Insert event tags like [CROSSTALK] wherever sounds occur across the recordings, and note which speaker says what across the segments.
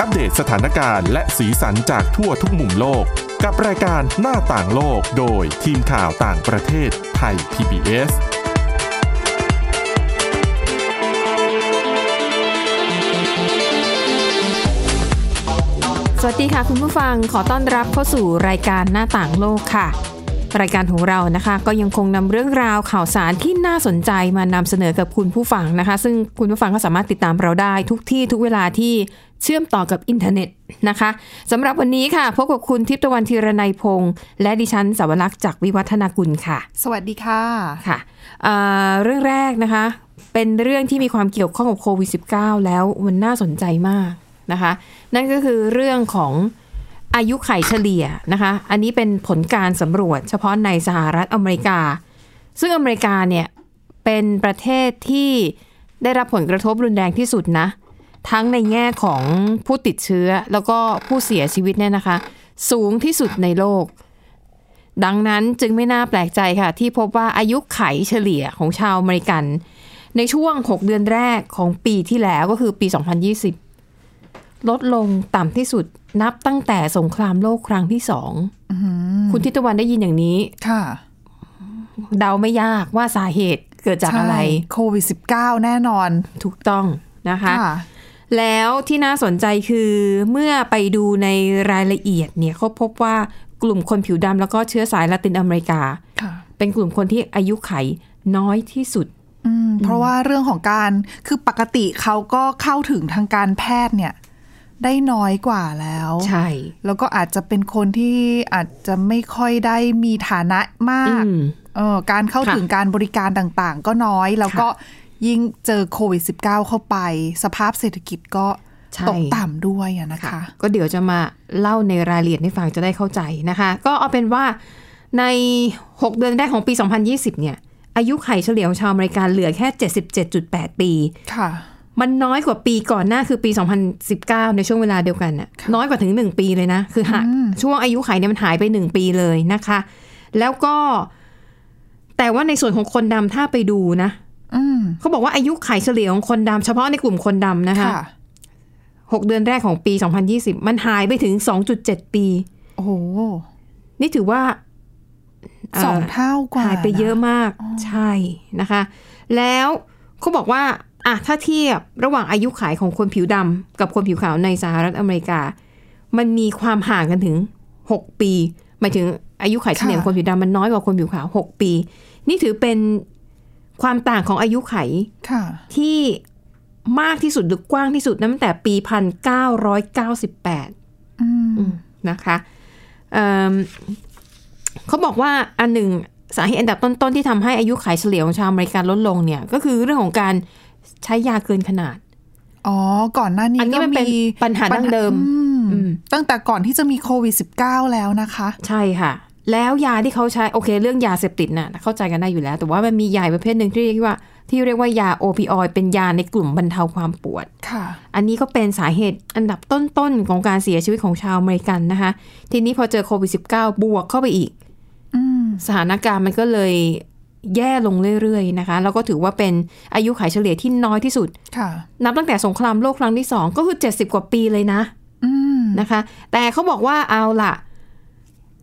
Speaker 1: อัปเดตสถานการณ์และสีสันจากทั่วทุกมุมโลก กับรายการหน้าต่างโลกโดยทีมข่าวต่างประเทศไทย PBS
Speaker 2: สวัสดีค่ะคุณผู้ฟังขอต้อนรับเข้าสู่รายการหน้าต่างโลกค่ะ รายการของเรานะคะ ก็ยังคงนำเรื่องราวข่าวสารที่น่าสนใจมานำเสนอกับคุณผู้ฟังนะคะ ซึ่งคุณผู้ฟังก็สามารถติดตามเราได้ทุกที่ทุกเวลาที่เชื่อมต่อกับอินเทอร์เน็ตนะคะสำหรับวันนี้ค่ะพบกับคุณทิพย์ตะวันธีรนัยพงษ์และดิฉันสาวรักษ์จากวิวัฒนากุลค่ะ
Speaker 3: สวัสดีค่ะ
Speaker 2: ค่ะเอ่อเรื่องแรกนะคะ เป็นเรื่องที่มีความเกี่ยวข้องกับโควิด -19 แล้วมันน่าสนใจมากนะคะ นั่นก็คือเรื่องของอายุไขเฉลี่ยนะคะ อันนี้เป็นผลการสำรวจเฉพาะในสหรัฐอเมริกา ซึ่งอเมริกาเนี่ย เป็นประเทศที่ได้รับผลกระทบรุนแรงที่สุดนะ ทั้งในแง่ของผู้ติดเชื้อแล้วก็ผู้เสียชีวิตเนี่ยนะคะ สูงที่สุดในโลก ดังนั้นจึงไม่น่าแปลกใจค่ะ ที่พบว่าอายุไขเฉลี่ยของชาวอเมริกัน ในช่วง 6 เดือนแรกของปีที่แล้วก็คือปี 2020 ลดลงต่ำที่สุดนับตั้งแต่สงครามโลกครั้งที่สองคุณทิตวันได้ยินอย่างนี้
Speaker 3: ค่ะ
Speaker 2: เดาไม่ยากว่าสาเหตุเกิดจากอะไร
Speaker 3: ใช่โควิด -19 แน่นอน
Speaker 2: ถูกต้องนะคะ
Speaker 3: ค่ะ
Speaker 2: แล้วที่น่าสนใจคือเมื่อไปดูในรายละเอียดเนี่ยเขาพบว่ากลุ่มคนผิวดำแล้วก็เชื้อสายละตินอเมริกา
Speaker 3: ค่ะ
Speaker 2: เป็นกลุ่มคนที่อายุไขน้อยที่สุด
Speaker 3: อืม เพราะว่าเรื่องของการ คือปกติเขาก็เข้าถึงทางการแพทย์เนี่ย ได้น้อยกว่าแล้ว
Speaker 2: ใช่
Speaker 3: แล้วก็อาจจะเป็นคนที่อาจจะไม่ค่อยได้มีฐานะมาก
Speaker 2: อืม
Speaker 3: เออการเข้า
Speaker 2: ค่ะ
Speaker 3: ถึงการบริการต่างๆ ก็น้อย แล้วก็ยิ่งเจอโควิด -19 เข้าไป สภาพเศรษฐกิจก็
Speaker 2: ใช่
Speaker 3: ตกต่ำด้วยอะนะคะ
Speaker 2: ก็เดี๋ยวจะมาเล่าในรายละเอียดให้ฟังจะได้เข้าใจนะคะ ก็เอาเป็นว่าใน 6 เดือนแรกของปี 2020 เนี่ย อายุไขเฉลี่ยของชาวอเมริกันเหลือแค่ 77.8 ปี
Speaker 3: ค่ะ
Speaker 2: มันน้อยกว่าปีก่อนหน้าคือปี 2019 ในช่วงเวลาเดียวกันน่ะน้อยกว่าถึง 1 ปีเลยนะ คือหากช่วงอายุไขเนี่ยมันหายไป 1 ปีเลยนะคะ แล้วก็แต่ว่าในส่วนของคนดำถ้าไปดูนะ
Speaker 3: อืม
Speaker 2: เขาบอกว่าอายุไขเฉลี่ยของคนดำเฉพาะในกลุ่มคนดำนะคะ
Speaker 3: ค่ะ
Speaker 2: 6 เดือนแรกของปี 2020 มันหายไปถึง 2.7 ปี
Speaker 3: โอ้โห
Speaker 2: นี่ถือว่าเ
Speaker 3: สองเท่ากว่า
Speaker 2: หายไปเยอะมากใช่นะคะ แล้วเขาบอกว่าอ่ะถ้าเทียบระหว่างอายุขายของคนผิวดำกับคนผิวขาวในสหรัฐอเมริกา มันมีความห่างกันถึง 6 ปีหมายถึงอายุขายเฉลี่ยข
Speaker 3: ค่ะ
Speaker 2: องคนผิวดำมันน้อยกว่าคนผิวขาว 6 ปี นี่ถือเป็นความต่างของอายุไข
Speaker 3: ค่ะ
Speaker 2: ที่มากที่สุดหรือกว้างที่สุดตั้งแต่ปี 1998
Speaker 3: อืม
Speaker 2: นะคะเอิ่มเขาบอกว่าอันหนึ่งสาเหตุอันดับต้นๆที่ทำให้อายุไขเฉลี่ยของชาวอเมริกันลดลงเนี่ย ก็คือเรื่องของการใช้ยาเกินขนาด
Speaker 3: อ๋อ ก่อนหน้านี้
Speaker 2: อันนี้
Speaker 3: ก็
Speaker 2: มันเป็น
Speaker 3: มี
Speaker 2: ปัญหาดั้งเดิม
Speaker 3: อื
Speaker 2: อืม
Speaker 3: ตั้งแต่ก่อนที่จะมีโควิด -19 แล้วนะคะ
Speaker 2: ใช่ค่ะ แล้วยาที่เขาใช้ โอเค เรื่องยาเสพติดน่ะเข้าใจกันได้อยู่แล้ว แต่ว่ามันมียาประเภทหนึ่งที่เรียกว่าที่เรียกว่ายาโอปิออยด์เป็นยาในกลุ่มบรรเทาความปวด
Speaker 3: ค่ะ
Speaker 2: อันนี้ก็เป็นสาเหตุอันดับต้นๆของการเสียชีวิตของชาวอเมริกันนะคะ ทีนี้พอเจอโควิด -19 บวกเข้าไปอีก
Speaker 3: อืม
Speaker 2: สถานการณ์มันก็เลยแย่ลงเรื่อยๆนะคะ แล้วก็ถือว่าเป็นอายุไขเฉลี่ยที่น้อยที่สุด
Speaker 3: ค่ะ
Speaker 2: นับตั้งแต่สงครามโลกครั้งที่ 2 ก็คือ 70 กว่าปีเลยนะ
Speaker 3: อืม
Speaker 2: นะคะ แต่เขาบอกว่าเอาล่ะ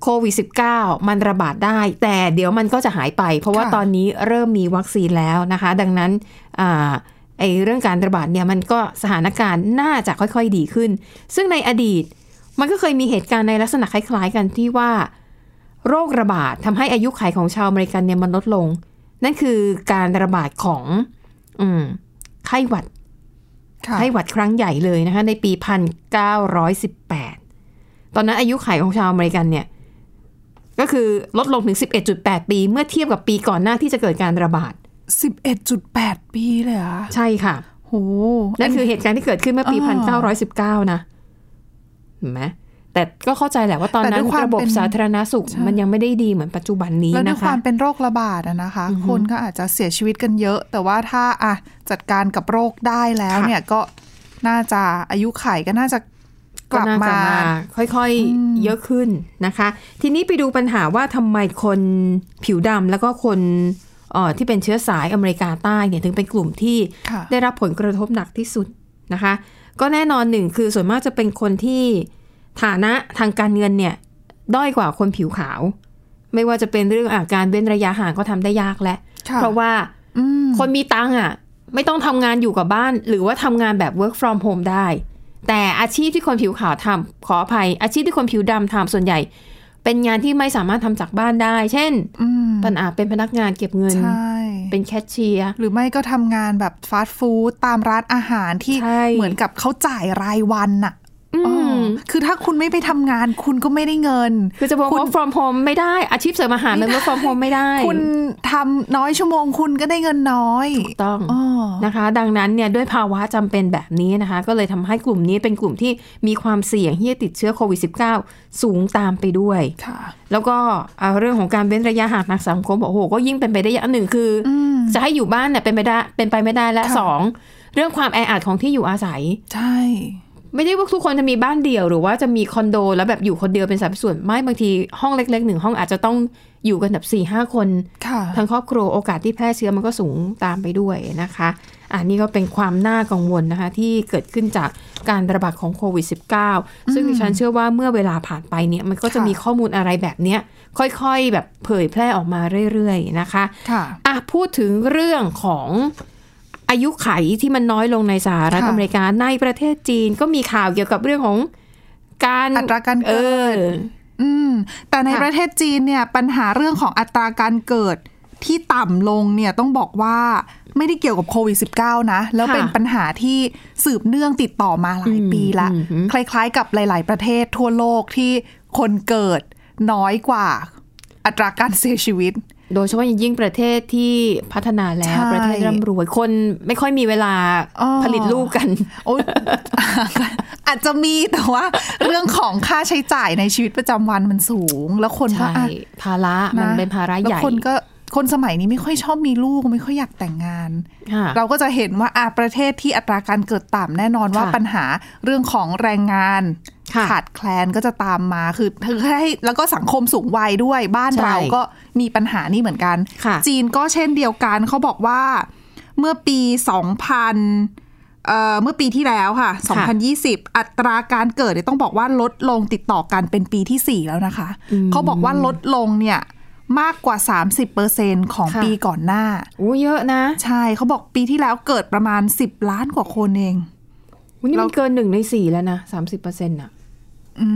Speaker 2: โควิด -19 มันระบาดได้ แต่เดี๋ยวมันก็จะหายไป เพราะว่า
Speaker 3: ค่ะ
Speaker 2: ตอนนี้เริ่มมีวัคซีนแล้วนะคะ ดังนั้นอาไอเรื่องการระบาดเนี่ยมันก็สถานการณ์น่าจะค่อยๆดีขึ้น ซึ่งในอดีตมันก็เคยมีเหตุการณ์ในลักษณะคล้าย ๆ กันที่ว่า โรคระบาดทำให้อายุขัยของชาวอเมริกันเนี่ยมันลดลง นั่นคือการระบาดของอืมไข้หวัด
Speaker 3: ค่ะ
Speaker 2: ไข้หวัดครั้งใหญ่เลยนะคะในปี 1918 ตอนนั้นอายุไขของชาวอเมริกันเนี่ย ก็คือลดลงถึง 11.8 ปี เมื่อเทียบกับปีก่อนหน้าที่จะเกิดการระบาด
Speaker 3: 11.8 ปีเลยเหรอะ
Speaker 2: ใช่ค่ะ
Speaker 3: โห
Speaker 2: นั่นคือเหตุการณ์ที่เกิดขึ้นเมื่อปี 1919 นะเห็นไหมแต่ก็เข้าใจแหละว่าตอนนั้นระบบสาธารณสุข มันยังไม่ได้ดีเหมือนปัจจุบันนี้
Speaker 3: แล้วด้วย
Speaker 2: นะ
Speaker 3: ควา
Speaker 2: คะ
Speaker 3: มเป็นโรคระบาดอะนะคะ คนก็อาจจะเสียชีวิตกันเยอะ แต่ว่าถ้าอะจัดการกับโรคได้แล้ว
Speaker 2: ค่ะ
Speaker 3: เนี่ยก็น่าจะอายุไขก็น่าจะกลับ
Speaker 2: น่
Speaker 3: มา
Speaker 2: จะค่อยๆเยอะขึ้นนะคะ ทีนี้ไปดูปัญหาว่าทำไมคนผิวดำแล้วก็คนเอ่อที่เป็นเชื้อสายอเมริกาใต้เนี่ยถึงเป็นกลุ่มที่
Speaker 3: ค่ะ
Speaker 2: ได้รับผลกระทบหนักที่สุดนะคะ ก็แน่นอนหนึ่งคือส่วนมากจะเป็นคนที่ฐานะทางการเงินเนี่ยด้อยกว่าคนผิวขาว ไม่ว่าจะเป็นเรื่องอาการเว้นระยะห่างก็ทำได้ยากแล้ว
Speaker 3: ค่ะ
Speaker 2: เพราะว่า
Speaker 3: อืม
Speaker 2: คนมีตังค์อ่ะ ไม่ต้องทำงานอยู่กับบ้าน หรือว่าทำงานแบบ work from home ได้ แต่อาชีพที่คนผิวขาวทำขออภัย อาชีพที่คนผิวดำทำส่วนใหญ่ เป็นงานที่ไม่สามารถทำจากบ้านได้ เช่น
Speaker 3: อืม
Speaker 2: ปัญอาจเป็นพนักงานเก็บเงิน
Speaker 3: ใช่
Speaker 2: เป็นแคชเชียร์
Speaker 3: หรือไม่ก็ทำงานแบบฟาสต์ฟู้ดตามร้านอาหารที่
Speaker 2: ใช่
Speaker 3: เหมือนกับเขาจ่ายรายวันน่ะ
Speaker 2: อื
Speaker 3: อ๋อ
Speaker 2: ม
Speaker 3: คือถ้าคุณไม่ไปทำงานคุณก็ไม่ได้เงิน
Speaker 2: คือจะบอก
Speaker 3: คุณ
Speaker 2: work from home ไม่ได้ อาชีพเสริมอาหารมัน work from home ไม่ได้
Speaker 3: คุณทำน้อยชั่วโมงคุณก็ได้เงินน้อย
Speaker 2: ต้อง
Speaker 3: อ๋อ
Speaker 2: นะคะ ดังนั้นเนี่ยด้วยภาวะจำเป็นแบบนี้นะคะ ก็เลยทำให้กลุ่มนี้เป็นกลุ่มที่มีความเสี่ยงที่จะติดเชื้อโควิด -19 สูงตามไปด้วย
Speaker 3: ค่ะ
Speaker 2: แล้วก็เอ่อเรื่องของการเว้นระยะห่างทางสังคมบอกโอ้โหก็ยิ่งเป็นไปได้ยากหนึ่งคืออ
Speaker 3: อืม
Speaker 2: จะให้อยู่บ้านเนี่ยเป็นไปได้เป็นไปไม่ได้และ
Speaker 3: ค่ะ
Speaker 2: สองเรื่องความแออัดของที่อยู่อาศัย
Speaker 3: ใช่
Speaker 2: ไม่ได้ว่าทุกคนจะมีบ้านเดี่ยวหรือว่าจะมีคอนโด แล้วแบบอยู่คนเดียวเป็นสัดส่วนไม่บางทีห้องเล็กๆหนึ่งห้องอาจจะต้องอยู่กันแบบสี่ห้าคน
Speaker 3: ค่ะ
Speaker 2: ทั้งครอบครัวโอกาสที่แพร่เชื้อมันก็สูงตามไปด้วยนะคะอันนี้ก็เป็นความน่ากังวลนะคะ ที่เกิดขึ้นจากการระบาดของโควิด -19 ซึ่งดิฉันเชื่อว่าเมื่อเวลาผ่านไปเนี่ยมันก็จะ
Speaker 3: ค่ะ
Speaker 2: มีข้อมูลอะไรแบบเนี้ยค่อยๆแบบเผยแพร่ออกมาเรื่อยๆนะคะ
Speaker 3: ค่ะ
Speaker 2: อ่ะพูดถึงเรื่องของอายุไขที่มันน้อยลงในสหรัฐ
Speaker 3: ค่ะ
Speaker 2: อเมริกาในประเทศจีนก็มีข่าวเกี่ยวกับเรื่องของการ
Speaker 3: อัตราการ
Speaker 2: เอ
Speaker 3: เกิด
Speaker 2: อ
Speaker 3: อืมแต่ใน
Speaker 2: ค่ะ
Speaker 3: ประเทศจีนเนี่ยปัญหาเรื่องของอัตราการเกิดที่ต่ำลงเนี่ยต้องบอกว่าไม่ได้เกี่ยวกับโควิด -19 นะ แล้วเป็นปัญหาที่สืบเนื่องติดต่อมาหลายปีละ คล้ายๆกับหลายๆ ประเทศทั่วโลกที่คนเกิดน้อยกว่าอัตราการเสียชีวิต
Speaker 2: โดยเฉพาะอย่างยิ่งประเทศที่พัฒนาแล้ว
Speaker 3: ใช่
Speaker 2: ประเทศร่ำรวยคนไม่ค่อยมีเวลา
Speaker 3: อ้อ
Speaker 2: ผลิตลูกกัน
Speaker 3: โอย [LAUGHS] อาจจะมีแต่ว่า เรื่องของค่าใช้จ่ายในชีวิตประจำวันมันสูง แล้วคนก็
Speaker 2: ใช่
Speaker 3: อ่ะ
Speaker 2: ภาระมัน
Speaker 3: นะ
Speaker 2: เป็นภาระใหญ่
Speaker 3: แล้วคนก็คนสมัยนี้ไม่ค่อยชอบมีลูกไม่ค่อยอยากแต่งงาน
Speaker 2: ค่ะ
Speaker 3: เราก็จะเห็นว่าอาประเทศที่อัตราการเกิดต่ำแน่นอนว่า
Speaker 2: ค่ะ
Speaker 3: ปัญหาเรื่องของแรงงาน
Speaker 2: ค่ะ
Speaker 3: ขาดแคลนก็จะตามมาคือคือให้แล้วก็สังคมสูงวัยด้วยบ้านเราก็มีปัญหานี่เหมือนกัน
Speaker 2: ค่ะ
Speaker 3: จีนก็เช่นเดียวกันเขาบอกว่าเมื่อปี 2000เอ่อเมื่อปีที่แล้วค่ะ
Speaker 2: ค่ะ
Speaker 3: 2020 อัตราการเกิดเนี่ยต้องบอกว่าลดลงติดต่อกันเป็นปีทีสี่ 4 แล้วนะคะ เขาบอกว่าลดลงเนี่ยมากกว่า 30%ของ
Speaker 2: ค่ะ
Speaker 3: ปีก่อนหน้า
Speaker 2: อู้เยอะนะ
Speaker 3: ใช่เขาบอกปีที่แล้วเกิดประมาณ 10 ล้านกว่าคนเอง
Speaker 2: อุ๊ยนี่
Speaker 3: เรา
Speaker 2: มันเกินหนึ่งในสี่แล้วนะสามสิบเปอร์เซ็นต์อ่ะ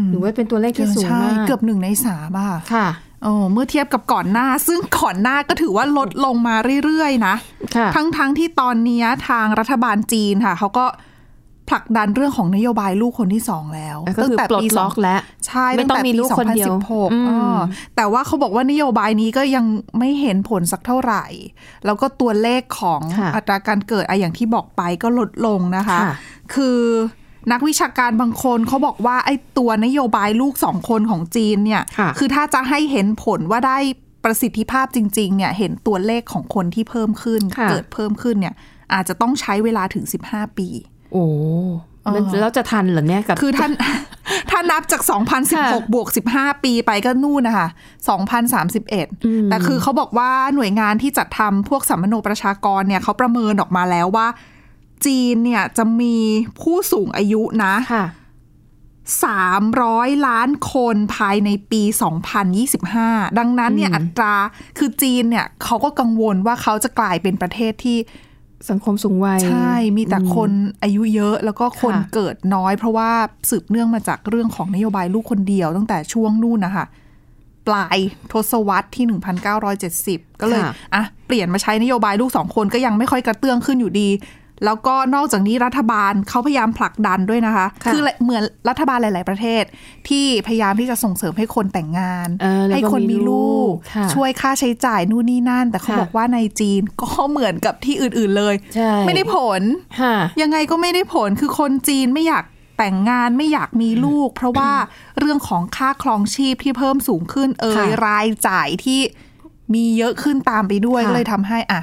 Speaker 2: หรือว่าเป็นตัวเลขที่สูง
Speaker 3: ใช่
Speaker 2: มาก
Speaker 3: เกือบหนึ่งในสามอะค่ะ
Speaker 2: ค่ะ
Speaker 3: เออเมื่อเทียบกับก่อนหน้า ซึ่งก่อนหน้าก็ถือว่าลดลงมาเรื่อยๆนะ
Speaker 2: ค่ะ
Speaker 3: ทั้งๆที่ตอนเนี้ยทางรัฐบาลจีนค่ะเขาก็ผลักดันเรื่องของนโยบายลูกคนที่สองแล้ว
Speaker 2: ก็คือปลด
Speaker 3: ส
Speaker 2: ล็อกแล้ว
Speaker 3: ใช่
Speaker 2: ไม่ต้องมีลูกคนเดียว
Speaker 3: 2016
Speaker 2: อืม
Speaker 3: อ่าแต่ว่าเขาบอกว่านโยบายนี้ก็ยังไม่เห็นผลสักเท่าไหร่ แล้วก็ตัวเลขของ
Speaker 2: ค่ะ
Speaker 3: อัตราการเกิดอะอย่างที่บอกไปก็ลดลงนะคะ
Speaker 2: ค่ะ
Speaker 3: คือนักวิชาการบางคนเขาบอกว่าไอ้ตัวนโยบายลูกสองคนของจีนเนี่ย
Speaker 2: ค่ะ
Speaker 3: คือถ้าจะให้เห็นผลว่าได้ประสิทธิภาพจริง ๆ เนี่ย เห็นตัวเลขของคนที่เพิ่มขึ้น
Speaker 2: ค่ะ
Speaker 3: เกิดเพิ่มขึ้นเนี่ย อาจจะต้องใช้เวลาถึง 15 ปี
Speaker 2: โอ้มัน
Speaker 3: เออ
Speaker 2: แล้วจะทันเหรอเนี่ยกับ
Speaker 3: คือท่าน [LAUGHS] ถ้านับจาก 2016 บวก 15 ปีไปก็นู่นนะคะ
Speaker 2: อืม
Speaker 3: 2031 แต่คือเขาบอกว่าหน่วยงานที่จัดทำพวกสัมมโนประชากรเนี่ยเขาประเมินออกมาแล้วว่า จีนเนี่ยจะมีผู้สูงอายุนะ
Speaker 2: ค่ะ
Speaker 3: 300 ล้านคนภายในปี 2025 ดังนั้นเนี่ย
Speaker 2: อืม
Speaker 3: อัตราคือจีนเนี่ยเขาก็กังวลว่าเขาจะกลายเป็นประเทศที่
Speaker 2: สังคมสูงวัย
Speaker 3: ใช่มีแต่คนอายุเยอะแล้วก็คน
Speaker 2: ค่ะ
Speaker 3: เกิดน้อย เพราะว่าสืบเนื่องมาจากเรื่องของนโยบายลูกคนเดียวตั้งแต่ช่วงนู่นนะคะปลายทศวรรษที่ 1970 ก็เลยอ่ะเปลี่ยนมาใช้นโยบายลูกสองคนก็ยังไม่ค่อยกระเตื้องขึ้นอยู่ดี แล้วก็นอกจากนี้รัฐบาลเขาพยายามผลักดันด้วยนะคะ
Speaker 2: ค่ะ
Speaker 3: คือเหมือนรัฐบาลหลาย ๆ ประเทศ ที่พยายามที่จะส่งเสริมให้คนแต่งงาน
Speaker 2: เออแล้วก็
Speaker 3: ให้คนมีลู
Speaker 2: มีลูก
Speaker 3: ก
Speaker 2: ค่ะ
Speaker 3: ช่วยค่าใช้จ่ายนู่นนี่นั่น แต่เขา
Speaker 2: ค่ะ
Speaker 3: บอกว่าในจีนก็เหมือนกับที่อื่น ๆ เลย
Speaker 2: ใช่
Speaker 3: ไม่ได้ผล
Speaker 2: ค่ะ
Speaker 3: ยังไงก็ไม่ได้ผลคือคนจีนไม่อยากแต่งงานไม่อยากมีลูก เพราะว่าเรื่องของค่าครองชีพที่เพิ่มสูงขึ้นเอ่ย
Speaker 2: ค่ะ
Speaker 3: รายจ่ายที่มีเยอะขึ้นตามไปด้วย
Speaker 2: ค่ะ
Speaker 3: ก็เลยทำให้อ่ะ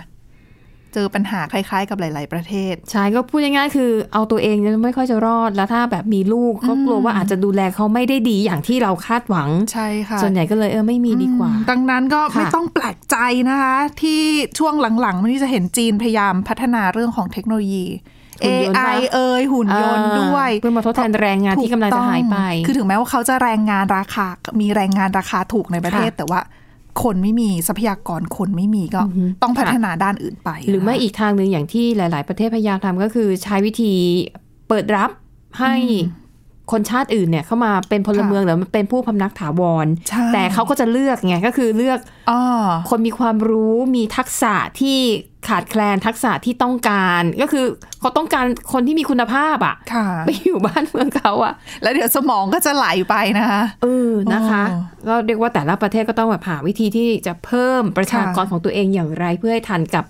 Speaker 3: เจอปัญหาคล้ายๆ กับหลาย ๆ ประเทศ
Speaker 2: ใช่ก็พูดง่ายๆคือเอาตัวเองเนี่ยไม่ค่อยจะรอดแล้วถ้าแบบมีลูกก็กลัวว่าอาจจะดูแลเขาไม่ได้ดีอย่างที่เราคาดหวัง
Speaker 3: ใช่ค่ะ
Speaker 2: ส่วนใหญ่ก็เลยเออไม่มีดีกว่า
Speaker 3: ดังนั้นก็
Speaker 2: ค่ะ
Speaker 3: ไม่ต้องแปลกใจนะคะ ที่ช่วงหลังๆมันนี้จะเห็นจีนพยายามพัฒนาเรื่องของเทคโนโลยี
Speaker 2: หุ่นยนต์ปะ
Speaker 3: AI เอยหุ่นยนต์ด้วย
Speaker 2: อ่าเพื่อมาทดแทนแรงงานที่กำลังจะหายไป
Speaker 3: ถูกต้องคือถึงแม้ว่าเขาจะแรงงานราคา มีแรงงานราคาถูกในประเทศ
Speaker 2: ค่ะ
Speaker 3: แต่ว่าคนไม่มีทรัพยากรคนไม่มีก็
Speaker 2: อือฮึ
Speaker 3: ต้องพัฒนาด้านอื่นไป
Speaker 2: หรือไม่
Speaker 3: นะคะ
Speaker 2: อีกทางหนึ่งอย่างที่หลาย ๆ ประเทศพยายามทำก็คือใช้วิธีเปิดรับให้คนชาติอื่นเนี่ยเข้ามาเป็นพลเมืองหรือเป็นผู้พำนักถาวร
Speaker 3: ใช่
Speaker 2: แต่เขาก็จะเลือกไงก็คือเลือก
Speaker 3: อ้อ
Speaker 2: คนมีความรู้มีทักษะที่ขาดแคลนทักษะที่ต้องการ ก็คือเขาต้องการคนที่มีคุณภาพอะ [LAUGHS]
Speaker 3: ค่ะ
Speaker 2: ไปอยู่บ้านเมืองเขาอะ
Speaker 3: แล้วเดี๋ยวสมองก็จะไหลไปนะคะ
Speaker 2: เออ นะคะ
Speaker 3: อ๋อ
Speaker 2: ก็เรียกว่าแต่ละประเทศก็ต้องแบบหาวิธีที่จะเพิ่มประชากร
Speaker 3: ค่ะ
Speaker 2: ของตัวเองอย่างไร เพื่อให้ทันกับ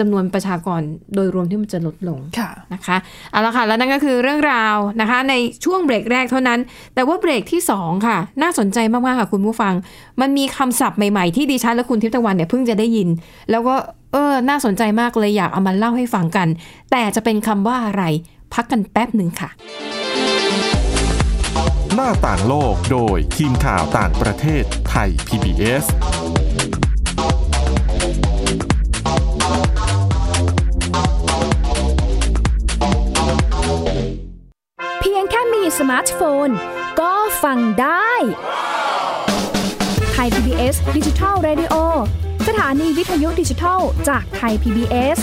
Speaker 2: จำนวนประชากรโดยรวมที่มันจะลดลง
Speaker 3: ค่ะ
Speaker 2: นะคะเอาละค่ะ แล้วนั่นก็คือเรื่องราวนะคะ ในช่วงเบรกแรกเท่านั้น แต่ว่าเบรกที่สองค่ะ น่าสนใจมากๆค่ะคุณผู้ฟัง มันมีคำศัพท์ใหม่ๆที่ดิฉันและคุณทิพย์ตะวันเนี่ยเพิ่งจะได้ยิน แล้วก็เออน่าสนใจมากเลยอยากเอามาเล่าให้ฟังกัน แต่จะเป็นคำว่าอะไร พักกันแป๊บหนึ่งค่ะ
Speaker 1: หน้าต่างโลกโดยทีมข่าวต่างประเทศไทย PBS
Speaker 4: เพียงแค่มีสมาร์ทโฟน ก็ฟังได้ไทย PBS ดิจิทัล Radio สถานีวิทยุดิจิทัลจากไทย PBS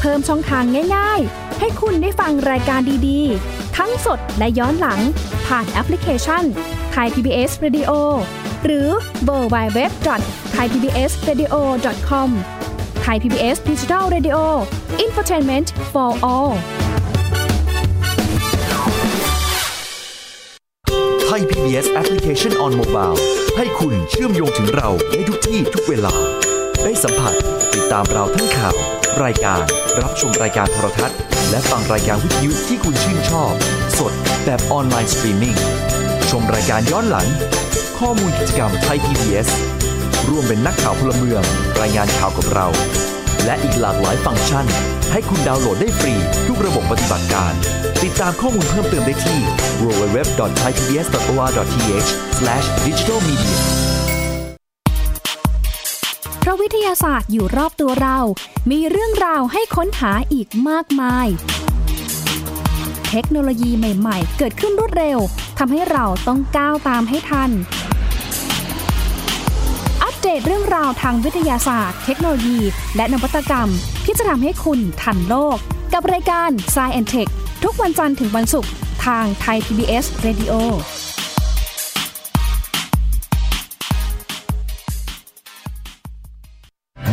Speaker 4: เพิ่มช่องทางง่าย ๆ ให้คุณได้ฟังรายการดีๆ ทั้งสดและย้อนหลัง ผ่านแอปพลิเคชันไทย PBS Radio หรือเวอร์บายเว็บไทยพีบีเอสเรดิโอคอมไทยพีบีเอสดิจิทัลเรดิโออินฟอร์ทนเมนต์ for all
Speaker 5: ไทย PBS Application on Mobile ให้คุณเชื่อมโยงถึงเราได้ทุกที่ทุกเวลา ได้สัมผัสติดตามเราทั้งข่าว รายการ รับชมรายการโทรทัศน์ และฟังรายการวิทยุที่คุณชื่นชอบ สดแบบออนไลน์สตรีมมิ่งชมรายการย้อนหลัง ข้อมูลกิจกรรมไทย PBS ร่วมเป็นนักข่าวพลเมือง รายงานข่าวกับเรา และอีกหลากหลายฟังก์ชัน ให้คุณดาวน์โหลดได้ฟรีทุกระบบปฏิบัติการ ติดตามข้อมูลเพิ่มเติมได้ที่ www.thaipbs.or.th/digitalmedia
Speaker 4: เพราะวิทยาศาสตร์อยู่รอบตัวเรา มีเรื่องราวให้ค้นหาอีกมากมาย เทคโนโลยีใหม่ ๆ เกิดขึ้นรวดเร็ว ทำให้เราต้องก้าวตามให้ทัน อัปเดตเรื่องราวทางวิทยาศาสตร์ เทคโนโลยี และนวัตกรรม ที่จะทำให้คุณทันโลก กับรายการ s c i e n t e c h ทุกวันจันทร์ถึงวันศุกร์ทางไทย PBS Radio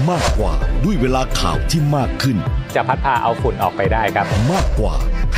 Speaker 6: มากกว่าด้วยเวลาข่าวที่มากขึ้น
Speaker 7: จะพัดพาเอาฝุ่นออกไปได้ครับ
Speaker 6: มากกว่าใ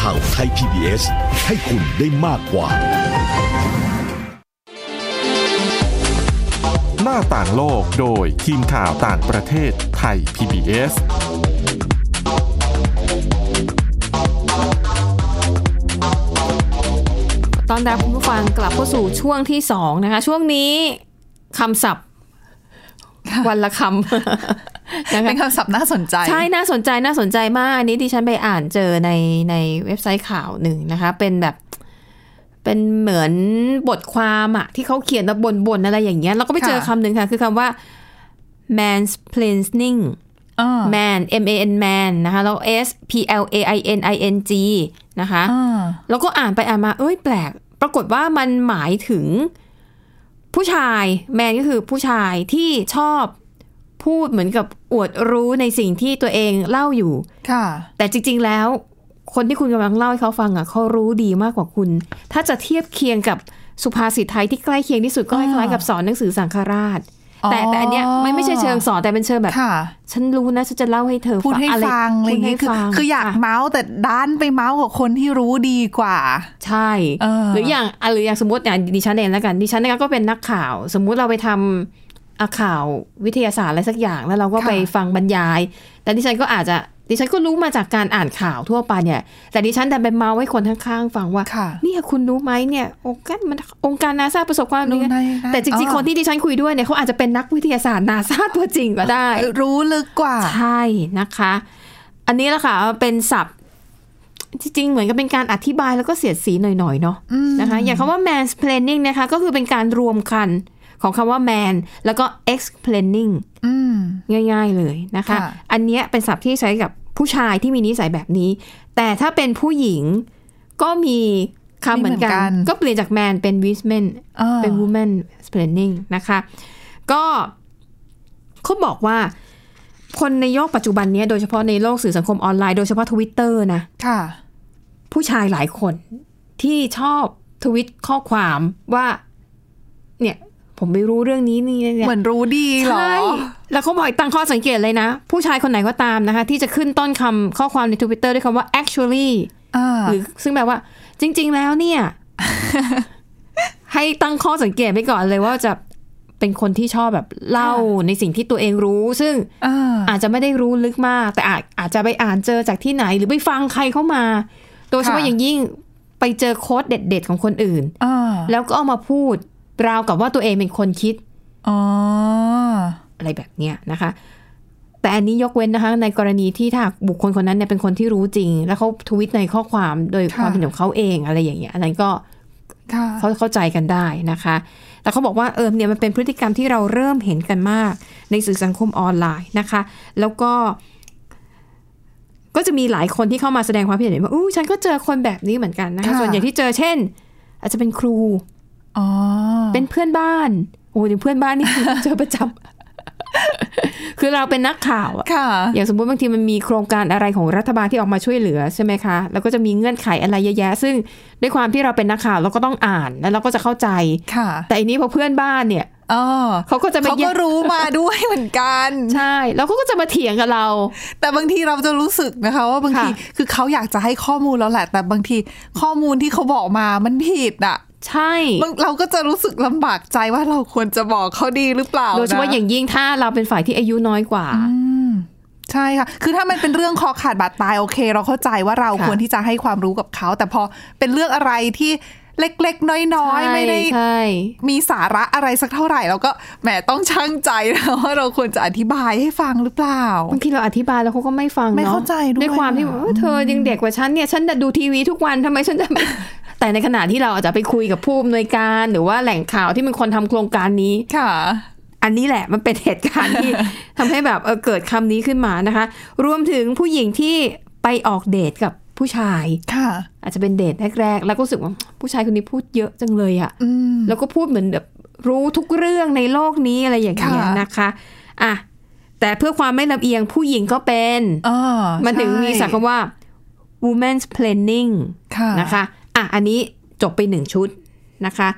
Speaker 6: ข่าวไทย PBS ให้คุณได้มากกว่า
Speaker 1: หน้าต่างโลกโดยทีมข่าวต่างประเทศไทย PBS
Speaker 2: ต้อนรับคุณผู้ฟังกลับเข้าสู่ช่วงที่สองนะคะ ช่วงนี้คำศัพท์วันละค [LAUGHS] ำ นะ
Speaker 3: เป็น
Speaker 2: คะ
Speaker 3: คำศัพท์น่าสนใจ
Speaker 2: ใช่น่าสนใจน่าสนใจมากอันนี้ดิฉันไปอ่านเจอในในเว็บไซต์ข่าวหนึ่งนะคะ เป็นแบบ เป็นเหมือนบทความอะที่เขาเขียนแบบบ่นๆอะไรอย่างเงี้ยเราก็ไปเจอ
Speaker 3: ค่ะ
Speaker 2: คำหนึ่งค่ะ คือคำว่า mansplaining
Speaker 3: อ่า
Speaker 2: man m a n man นะคะแล้ว s p l a i n i n g นะคะ
Speaker 3: อ่า
Speaker 2: แล้วก็อ่านไปอ่านมาเอ้ยแปลก ปรากฏว่ามันหมายถึงผู้ชาย แมนก็คือผู้ชายที่ชอบพูดเหมือนกับอวดรู้ในสิ่งที่ตัวเองเล่าอยู่
Speaker 3: ค่ะ
Speaker 2: แต่จริง ๆ แล้ว คนที่คุณกำลังเล่าให้เขาฟังอ่ะเขารู้ดีมากกว่าคุณ ถ้าจะเทียบเคียงกับสุภาษิตไทยที่ใกล้เคียงที่สุดก็ค
Speaker 3: อ่า
Speaker 2: ล้ายๆกับสอนหนังสือสังฆราช แต่
Speaker 3: อ๋อ
Speaker 2: แต่อันเนี้ยมันไม่ใช่เชิงสอนแต่เป็นเชิงแบบ
Speaker 3: ค่ะ
Speaker 2: ฉันรู้นะฉันจะเล่าให้เธอ
Speaker 3: พูดให้
Speaker 2: อะไร
Speaker 3: ฟังอะไรอย่างเงี้ย
Speaker 2: พู
Speaker 3: คื
Speaker 2: ด
Speaker 3: อ
Speaker 2: ให้ฟัง
Speaker 3: คืออยาก
Speaker 2: ะ
Speaker 3: เมาส์แต่ด้านไปเมาส์กับคนที่รู้ดีกว่า
Speaker 2: ใช่
Speaker 3: เออ
Speaker 2: หรืออย่างอ่ะหรืออย่างสมมติอย่างดิฉันเองแล้วกันดิฉันเนี่ยก็เป็นนักข่าว สมมุติเราไปทำอ่ะข่าววิทยาศาสตร์อะไรสักอย่างแล้วเราก็
Speaker 3: ค่ะ
Speaker 2: ไปฟังบรรยาย แต่ดิฉันก็อาจจะ ดิฉันก็รู้มาจากการอ่านข่าวทั่วไปเนี่ย แต่ดิฉันดันไปเมาให้คนข้างๆฟังว่า
Speaker 3: ค่ะ
Speaker 2: เนี่ยคุณรู้ไหมเนี่ยองค์การมันองค์การนาซาประสบความสำ
Speaker 3: รู้
Speaker 2: เร็จ
Speaker 3: ใน
Speaker 2: แต่จริงๆ คนที่ดิฉันคุยด้วยเนี่ยเขาอาจจะเป็นนักวิทยาศาสตร์นาซาตัวจริงก็ได้
Speaker 3: อ่ารู้ลึกกว่า
Speaker 2: ใช่นะคะ อันนี้แหละค่ะเป็นศัพท์จริงๆ เหมือนกับเป็นการอธิบายแล้วก็เสียดสีหน่อยๆ เนาะ
Speaker 3: อืม
Speaker 2: นะคะ อย่างคำว่า mansplaining นะคะ ก็คือเป็นการรวมคันของคำว่า man แล้วก็ explaining
Speaker 3: อืม
Speaker 2: ง่ายๆเลยนะคะ
Speaker 3: ค่ะ
Speaker 2: อันเนี้ยเป็นศัพท์ที่ใช้กับผู้ชายที่มีนิสัยแบบนี้ แต่ถ้าเป็นผู้หญิงก็มีคำเหมือนกัน ก็เปลี่ยนจาก man เป็น women
Speaker 3: อ่า
Speaker 2: เป็น woman planning นะคะ ก็เขาบอกว่าคนในโลกปัจจุบันเนี้ยโดยเฉพาะในโลกสื่อสังคมออนไลน์ โดยเฉพาะทวิตเตอร์นะ
Speaker 3: ค่ะ
Speaker 2: ผู้ชายหลายคนที่ชอบทวิตข้อความว่า เนี่ย ผมไม่รู้เรื่องนี้นี่เนี่ย
Speaker 3: เหมือนรู้ดีเหรอ
Speaker 2: ใช่ แล้วเขาบอกอีกตั้งข้อสังเกตเลยนะ ผู้ชายคนไหนก็ตามนะคะ ที่จะขึ้นต้นคำข้อความในทวิตเตอร์ด้วยคำว่า actually
Speaker 3: อ่า
Speaker 2: หรือซึ่งแปลว่า จริง ๆ แล้ว
Speaker 3: [LAUGHS]
Speaker 2: เนี่ย ให้ตั้งข้อสังเกตไปก่อนเลยว่าจะเป็นคนที่ชอบแบบเล่าในสิ่งที่ตัวเองรู้ ซึ่ง
Speaker 3: อ่า
Speaker 2: อาจจะไม่ได้รู้ลึกมาก แต่อาจอาจจะไปอ่านเจอจากที่ไหน หรือไปฟังใครเข้ามา โดยเฉพาะ
Speaker 3: ค่ะ
Speaker 2: อย่างยิ่งไปเจอโค้ดเด็ด ๆ ของคนอื่น
Speaker 3: อ่า
Speaker 2: แล้วก็เอามาพูดราวกับว่าตัวเองเป็นคนคิด
Speaker 3: อ๋อ
Speaker 2: อะไรแบบเนี้ยนะคะ แต่อันนี้ยกเว้นนะคะ ในกรณีที่ถ้าบุคคลคนนั้นเนี่ยเป็นคนที่รู้จริง แล้วเขาทวิตในข้อความโดย
Speaker 3: ค่ะ
Speaker 2: ความเป็นของเขาเองอะไรอย่างเงี้ยอันนั้นก็
Speaker 3: ค่ะ
Speaker 2: เขาเข้าใจกันได้นะคะ แต่เขาบอกว่าเออเนี่ยมันเป็นพฤติกรรมที่เราเริ่มเห็นกันมาก ในสื่อสังคมออนไลน์นะคะ แล้วก็ ก็จะมีหลายคนที่เข้ามาแสดงความคิดเห็นว่าอู้ฉันก็เจอคนแบบนี้เหมือนกันนะคะ
Speaker 3: ค่ะ
Speaker 2: ส่วนใหญ่ที่เจอเช่น อาจจะเป็นครู
Speaker 3: อ๋อ
Speaker 2: เป็นเพื่อนบ้านโอ้ยเพื่อนบ้านนี่ เจอประจำ [LAUGHS] คือเราเป็นนักข่าวอะ
Speaker 3: ค่ะ
Speaker 2: อย่างสมมติบางทีมันมีโครงการอะไรของรัฐบาลที่ออกมาช่วยเหลือใช่ไหมคะ แล้วก็จะมีเงื่อนไขอะไรเยอะแยะ ซึ่งด้วยความที่เราเป็นนักข่าวเราก็ต้องอ่านแล้วเราก็จะเข้าใจ
Speaker 3: ค่ะ
Speaker 2: แต่อันนี้พอเพื่อนบ้านเนี่ย
Speaker 3: อ๋อ
Speaker 2: เขาก็จะมา
Speaker 3: เขา
Speaker 2: แย่
Speaker 3: ก็รู้มาด้วยเหมือนกัน
Speaker 2: ใช่ แล้วเขาก็จะมาเถียงกับเรา
Speaker 3: แต่บางทีเราจะรู้สึกนะคะ ว่าบางที
Speaker 2: ค่ะ
Speaker 3: คือเขาอยากจะให้ข้อมูลแล้วแหละ แต่บางทีข้อมูลที่เขาบอกมามันผิดอ่ะ
Speaker 2: ใช่
Speaker 3: บางเราก็จะรู้สึกลำบากใจว่าเราควรจะบอกเขาดีหรือเปล่า
Speaker 2: โดยเฉพาะ
Speaker 3: น
Speaker 2: อย่างยิ่งถ้าเราเป็นฝ่ายที่อายุน้อยกว่า
Speaker 3: ใช่ค่ะ คือถ้ามันเป็นเรื่องคอขาดบาดตายโอเค เราเข้าใจว่าเรา
Speaker 2: ค่ะ
Speaker 3: ควรที่จะให้ความรู้กับเขา แต่พอเป็นเรื่องอะไรที่เล็กๆ น้อยๆ ไม่ได้
Speaker 2: ใช่ใช่
Speaker 3: มีสาระอะไรสักเท่าไหร่เราก็แหมต้องช่างใจนะว่าเราควรจะอธิบายให้ฟังหรือเปล่า
Speaker 2: บางทีเราอธิบายแล้วเขาก็ไม่ฟัง
Speaker 3: ไม่
Speaker 2: นอะ
Speaker 3: เข้าใจด้วย
Speaker 2: ด้วยความที่ว่า
Speaker 3: อะ
Speaker 2: เออเธอยังเด็กกว่าฉันเนี่ย ฉันน่ะดูทีวีทุกวันทำไมฉันจะ [LAUGHS] ไม่ แต่ในขณะที่เราอาจจะไปคุยกับผู้อำนวยการหรือว่าแหล่งข่าวที่เป็นคนทำโครงการนี้
Speaker 3: ค่ะ
Speaker 2: อันนี้แหละมันเป็นเหตุการณ์ที่ ทำให้แบบเออเกิดคำนี้ขึ้นมานะคะ รวมถึงผู้หญิงที่ไปออกเดทกับผู้ชาย
Speaker 3: ค่ะ
Speaker 2: อาจจะเป็นเดทแรกๆ แล้วก็รู้สึกว่าผู้ชายคนนี้พูดเยอะจังเลยอะ
Speaker 3: อืม
Speaker 2: แล้วก็พูดเหมือนแบบรู้ทุกเรื่องในโลกนี้อะไรอย่างเงี้ย
Speaker 3: ค่ะ
Speaker 2: นะคะอ่ะแต่เพื่อความไม่ลำเอียงผู้หญิงก็เป็น
Speaker 3: อ่า
Speaker 2: มันถึงมีสักคำว่า women's planning
Speaker 3: ค่ะ
Speaker 2: นะคะ อ่ะ อันนี้จบไปหนึ่งชุดนะคะ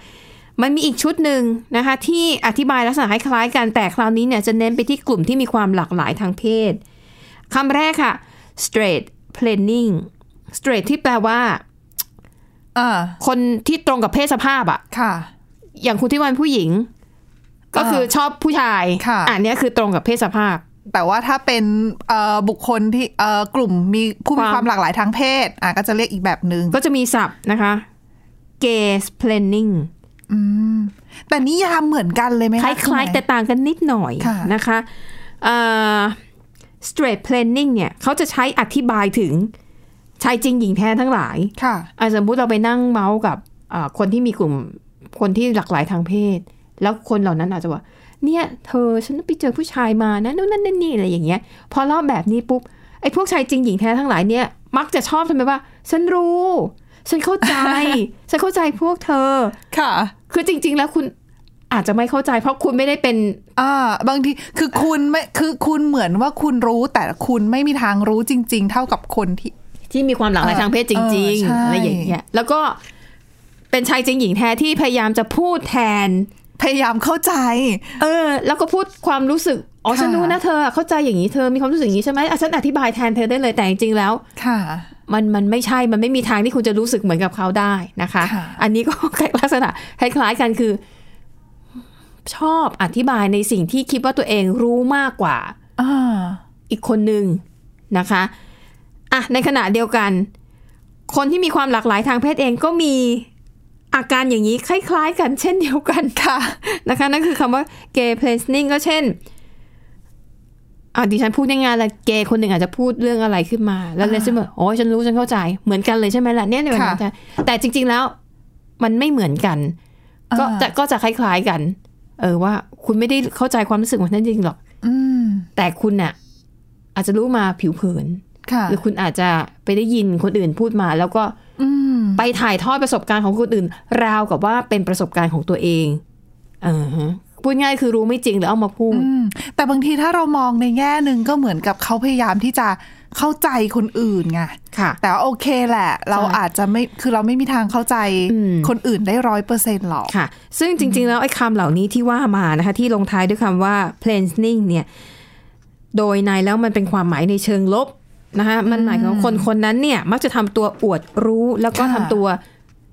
Speaker 2: มันมีอีกชุดหนึ่งนะคะ ที่อธิบายลักษณะคล้ายๆกัน แต่คราวนี้เนี่ยจะเน้นไปที่กลุ่มที่มีความหลากหลายทางเพศคำแรกค่ะ straight planning straight ที่แปลว่า
Speaker 3: อ่า
Speaker 2: คนที่ตรงกับเพศสภาพอะ
Speaker 3: ค่ะ
Speaker 2: อย่างคุณที่วันผู้หญิง ก็คือชอบผู้ชาย
Speaker 3: ค่ะ
Speaker 2: อันเนี้ยคือตรงกับเพศสภาพ
Speaker 3: แต่ว่าถ้าเป็นเอ่อบุคคลที่เอ่อกลุ่มมีผู้
Speaker 2: ค
Speaker 3: มี
Speaker 2: วาม
Speaker 3: ความหลากหลายทางเพศอ่ะก็จะเรียกอีกแบบหนึง่ง
Speaker 2: ก็จะมีศัพท์นะคะ gay planning
Speaker 3: แต่นิยามเหมือนกันเลยไหมะ
Speaker 2: คล้ายๆ
Speaker 3: ณหม
Speaker 2: แต่ต่างกันนิดหน่อย
Speaker 3: ค่ะ
Speaker 2: นะคะเอ่อ straight planning เนี่ยเขาจะใช้อธิบายถึงชายจริงหญิงแท้ทั้งหลาย
Speaker 3: ค่ะ
Speaker 2: อ่ะสมมุติเราไปนั่งเมาส์กับเอ่อคนที่มีกลุ่มคนที่หลากหลายทางเพศ แล้วคนเหล่านั้นอาจจะว่า เนี่ยเธอฉันไปเจอผู้ชายมานะนู่นนั่นนี่อะไรอย่างเงี้ย พอเล่าแบบนี้ปุ๊บไอ้พวกชายจริงหญิงแท้ทั้งหลายเนี่ยมักจะชอบทำไมว่า ฉันรู้ ฉันเข้าใจ ฉันเข้าใจพวกเธอ
Speaker 3: ค่ะ
Speaker 2: คือจริง ๆ แล้วคุณอาจจะไม่เข้าใจ เพราะคุณไม่ได้เป็น
Speaker 3: อ่า บางทีคือคุณไม่คือคุณเหมือนว่าคุณรู้แต่คุณไม่มีทางรู้จริง ๆ เท่ากับคนที่
Speaker 2: ที่มีความหลากหลาย
Speaker 3: เออ
Speaker 2: ทางเพศจริง
Speaker 3: เออใช่
Speaker 2: ๆ อะไรอย่างเงี้ย แล้วก็เป็นชายจริงหญิงแท้ที่พยายามจะพูดแทน
Speaker 3: พยายามเข้าใจ
Speaker 2: เออ แล้วก็พูดความรู้สึก อ๋อ
Speaker 3: ค่ะ
Speaker 2: ฉันรู้นะเธอ เข้าใจอย่างนี้เธอมีความรู้สึกอย่างนี้ใช่ไหมอ่ะฉันอธิบายแทนเธอได้เลยแต่จริงๆแล้ว
Speaker 3: ค่ะ
Speaker 2: มันมันไม่ใช่มันไม่มีทางที่คุณจะรู้สึกเหมือนกับเขาได้นะคะ
Speaker 3: ค่ะ
Speaker 2: อันนี้ก็ ลักษณะคล้ายๆกันคือ ชอบอธิบายในสิ่งที่คิดว่าตัวเองรู้มากกว่า
Speaker 3: อ่า
Speaker 2: อีกคนหนึ่ง นะคะอ่ะในขณะเดียวกัน คนที่มีความหลากหลายทางเพศเองก็มีอาการอย่างนี้คล้ายๆ กันเช่นเดียวกันค่ะ นะคะนั่นคือคำว่า gay planning ก็เช่นอ่ะดิฉันพูดในงานละเกย์คนหนึ่งอาจจะพูดเรื่องอะไรขึ้นมา แล้วเลสเบอร์โอ้ยฉันรู้ฉันเข้าใจเหมือนกันเลยใช่ไหมล่ะเนี่ยเนี่ยเหมือนกันแต่จริง ๆแล้วมันไม่เหมือนกัน ก็จะก็จะคล้าย ๆกัน เออว่าคุณไม่ได้เข้าใจความรู้สึกของฉันจริงหรอก
Speaker 3: อืม
Speaker 2: แต่คุณน่ะ อาจจะรู้มาผิวเผิน
Speaker 3: ค่ะ
Speaker 2: หรือคุณอาจจะไปได้ยินคนอื่นพูดมา แล้วก็
Speaker 3: อืม
Speaker 2: ไปถ่ายทอดประสบการณ์ของคนอื่น ราวกับว่าเป็นประสบการณ์ของตัวเองเออฮะพูดง่ายคือรู้ไม่จริงแล้วเอามาพูด
Speaker 3: อืมแต่บางทีถ้าเรามองในแง่หนึ่งก็เหมือนกับเขาพยายามที่จะเข้าใจคนอื่นไง
Speaker 2: ค่ะ
Speaker 3: แต่ว่าโอเคแหละ เรา
Speaker 2: ใช่
Speaker 3: อาจจะไม่ คือเราไม่มีทางเข้าใจ
Speaker 2: อืม
Speaker 3: คนอื่นได้ร้อยเปอร์เซ็นต์หรอก
Speaker 2: ค่ะ ซึ่งจริง ๆ แล้วไอ้คำเหล่านี้ที่ว่ามานะคะ ที่ลงท้ายด้วยคำว่า planning เนี่ย โดยในแล้วมันเป็นความหมายในเชิงลบนะคะมันหมายความว่าคนคนนั้นเนี่ย มักจะทำตัวอวดรู้แล้วก็
Speaker 3: ค่ะ
Speaker 2: ทำตัว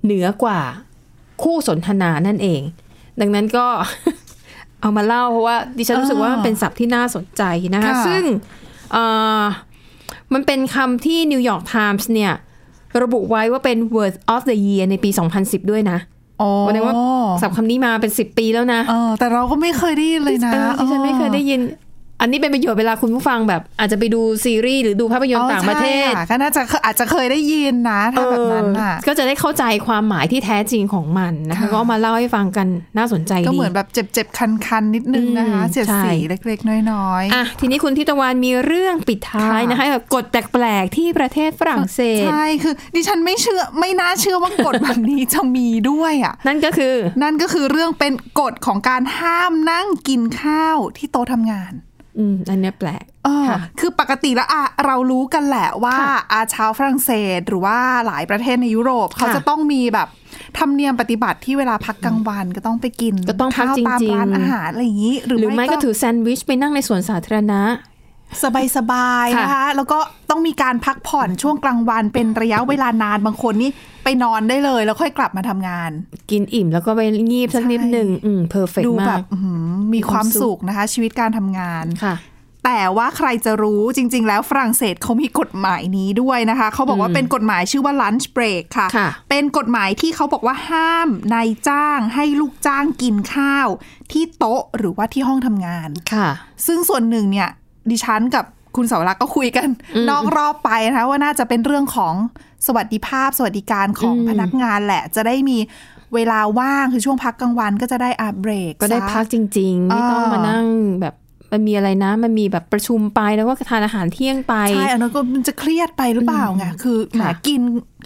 Speaker 2: เหนือกว่าคู่สนทนานั่นเอง ดังนั้นก็ [LAUGHS] เอามาเล่าเพราะว่าดิฉันรู้สึกว่ามันเป็นศัพท์ที่น่าสนใจนะคะ ซึ่งเอ่อมันเป็นคำที่ New York Times เนี่ย ระบุไว้ว่าเป็น Word of the Year ในปี 2010 ด้วยนะ
Speaker 3: โอ้
Speaker 2: วันนี้ว่าศัพท์คำนี้มาเป็นสิบปีแล้วนะ
Speaker 3: เออแต่เราก็ไม่เคยได้ยินเลยนะ
Speaker 2: ออดิฉันไม่เคยได้ยิน อันนี้เป็นประโยชน์เวลาคุณผู้ฟังแบบ อาจจะไปดูซีรีส์หรือดูภาพยนต
Speaker 3: อ๋อ
Speaker 2: ร์ต่างประเทศ
Speaker 3: ใช่ค่ก็น่าจะเคยอาจจะเคยได้ยินนะ
Speaker 2: เอ
Speaker 3: ถ้าแบบ
Speaker 2: อ
Speaker 3: นั้นน่ะ
Speaker 2: ก็จะได้เข้าใจความหมายที่แท้จริงของมันนะคะ
Speaker 3: ค่ะ
Speaker 2: ก็เอามาเล่าให้ฟังกันน่าสนใจดี
Speaker 3: ก็เหมือนแบบเจ็บๆ คันๆ นิดนึงนะคะ
Speaker 2: อืม
Speaker 3: เสียด
Speaker 2: ใช่
Speaker 3: สีเล็กๆ น้อยๆ
Speaker 2: อ่ะทีนี้คุณทิตวานมีเรื่องปิดท้ายนะคะกับกฎแปลกๆที่ประเทศฝรั่งเศส
Speaker 3: ใช่ คือดิฉันไม่เชื่อ ไม่น่าเชื่อว่ากฎ แบบนี้จะมีด้วยอ่ะ
Speaker 2: นั่นก็คือ
Speaker 3: นั่นก็คือเรื่องเป็นกฎของการห้ามนั่งกินข้าวที่โต๊ะทำงาน
Speaker 2: อืมอันเนี้ยแปลก
Speaker 3: เออ
Speaker 2: ค่ะ
Speaker 3: คือปกติแล้วอะเรารู้กันแหละว่า
Speaker 2: ค่ะ
Speaker 3: อาชาวฝรั่งเศสหรือว่าหลายประเทศในยุโรป เขาจะต้องมีแบบธรรมเนียมปฏิบัติที่เวลาพักกลางวันก็ต้องไปกิน
Speaker 2: ก็ต้องพัก
Speaker 3: ข้าวตาม
Speaker 2: จริงๆ
Speaker 3: ร้านอาหารอะไรอย่างนี้ หรือ
Speaker 2: หรือไม่ก็ถือแซนด์วิชไปนั่งในสวนสาธารณะ
Speaker 3: สบายสบายๆ
Speaker 2: ค่ะ
Speaker 3: นะคะ แล้วก็ต้องมีการพักผ่อนช่วงกลางวันเป็นระยะเวลานานบางคนนี่ไปนอนได้เลย แล้วค่อยกลับมาทำงาน
Speaker 2: กินอิ่มแล้วก็ไปงีบสักนิดหนึ่งอืมเพอร์เฟก
Speaker 3: ดูแบ
Speaker 2: มา
Speaker 3: บ
Speaker 2: ก
Speaker 3: อื้อหือมีความสุขนะคะ ชีวิตการทำงาน
Speaker 2: ค่ะ
Speaker 3: แต่ว่าใครจะรู้จริง ๆ แล้วฝรั่งเศสเขามีกฎหมายนี้ด้วยนะคะ เขาบอกว่าเป็นกฎหมายชื่อว่า lunch break ค่ะ
Speaker 2: ค่ะ
Speaker 3: เป็นกฎหมายที่เขาบอกว่าห้ามนายจ้างให้ลูกจ้างกินข้าว ที่โต๊ะหรือว่าที่ห้องทำงาน
Speaker 2: ค่ะ
Speaker 3: ซึ่งส่วนหนึ่งเนี่ย ดิฉันกับคุณเสาวรักษ์ก็คุยกัน นอกรอบไปนะคะว่าน่าจะเป็นเรื่องของสวัสดิภาพ สวัสดิการของพนักงานแหละ จะได้มีเวลาว่างคือช่วงพักกลางวันก็จะได้อาเบรก
Speaker 2: ก็ได้พักจริง ๆ ไม่ต้อง
Speaker 3: อ่าม
Speaker 2: มานั่งแบบมันมีอะไรนะ มันมีแบบประชุมไปแล้วก็ทานอาหารเที่ยงไป
Speaker 3: ใช่อันนั้นก็มันจะเครียดไปหรือเปล่าไงคือแหม
Speaker 2: ค่ะ
Speaker 3: กิน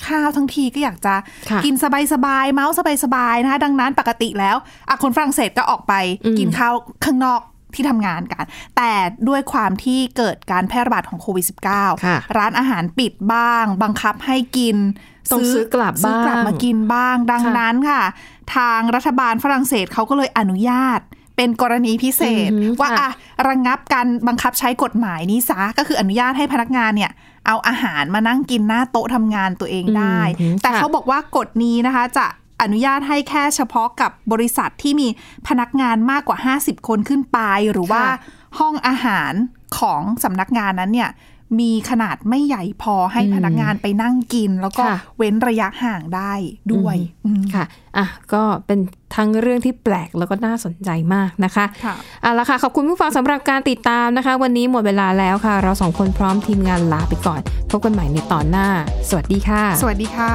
Speaker 3: ข้าวทั้งทีก็อยากจะ
Speaker 2: ค่ะ
Speaker 3: กินสบายๆเมาส์สบายๆนะคะดังนั้นปกติแล้วอะคนฝรั่งเศสก็ออกไปกินข้าวข้างนอกที่ทำงานกัน แต่ด้วยความที่เกิดการแพร่ระบาดของโควิด -19 ร้านอาหารปิดบ้าง บังคับให้กิน
Speaker 2: ต้องซื้อกลับ
Speaker 3: ซื้อกลับ
Speaker 2: บ้าง
Speaker 3: มากินบ้างดัง
Speaker 2: ค่ะ
Speaker 3: นั้นค่ะ ทางรัฐบาลฝรั่งเศสเขาก็เลยอนุญาต เป็นกรณีพิเศษ ว่าอะระงงับการบังคับใช้กฎหมายนี้ซะก็คืออนุญาตให้พนักงานเนี่ย เอาอาหารมานั่งกินหน้าโต๊ะทำงานตัวเองได้ แต่เขาบอกว่ากฎนี้นะคะ จะอนุญาตให้แค่เฉพาะกับบริษัทที่มีพนักงานมากกว่า 50 คนขึ้นไป หรือว่าห้องอาหารของสำนักงานนั้นเนี่ยมีขนาดไม่ใหญ่พอให้พนักงานไปนั่งกิน แล้วก็
Speaker 2: ค่ะ
Speaker 3: เว้นระยะห่างได้ด้วยอืม
Speaker 2: ค่ะ อ่ะ ก็เป็นทั้งเรื่องที่แปลกแล้วก็น่าสนใจมากนะคะ
Speaker 3: ค่ะ
Speaker 2: เอาละค่ะ ขอบคุณผู้ฟังสำหรับการติดตามนะคะ วันนี้หมดเวลาแล้วค่ะ เราสองคนพร้อมทีมงานลาไปก่อน พบกันใหม่ในตอนหน้า สวัสดีค่ะ
Speaker 3: สวัสดีค่ะ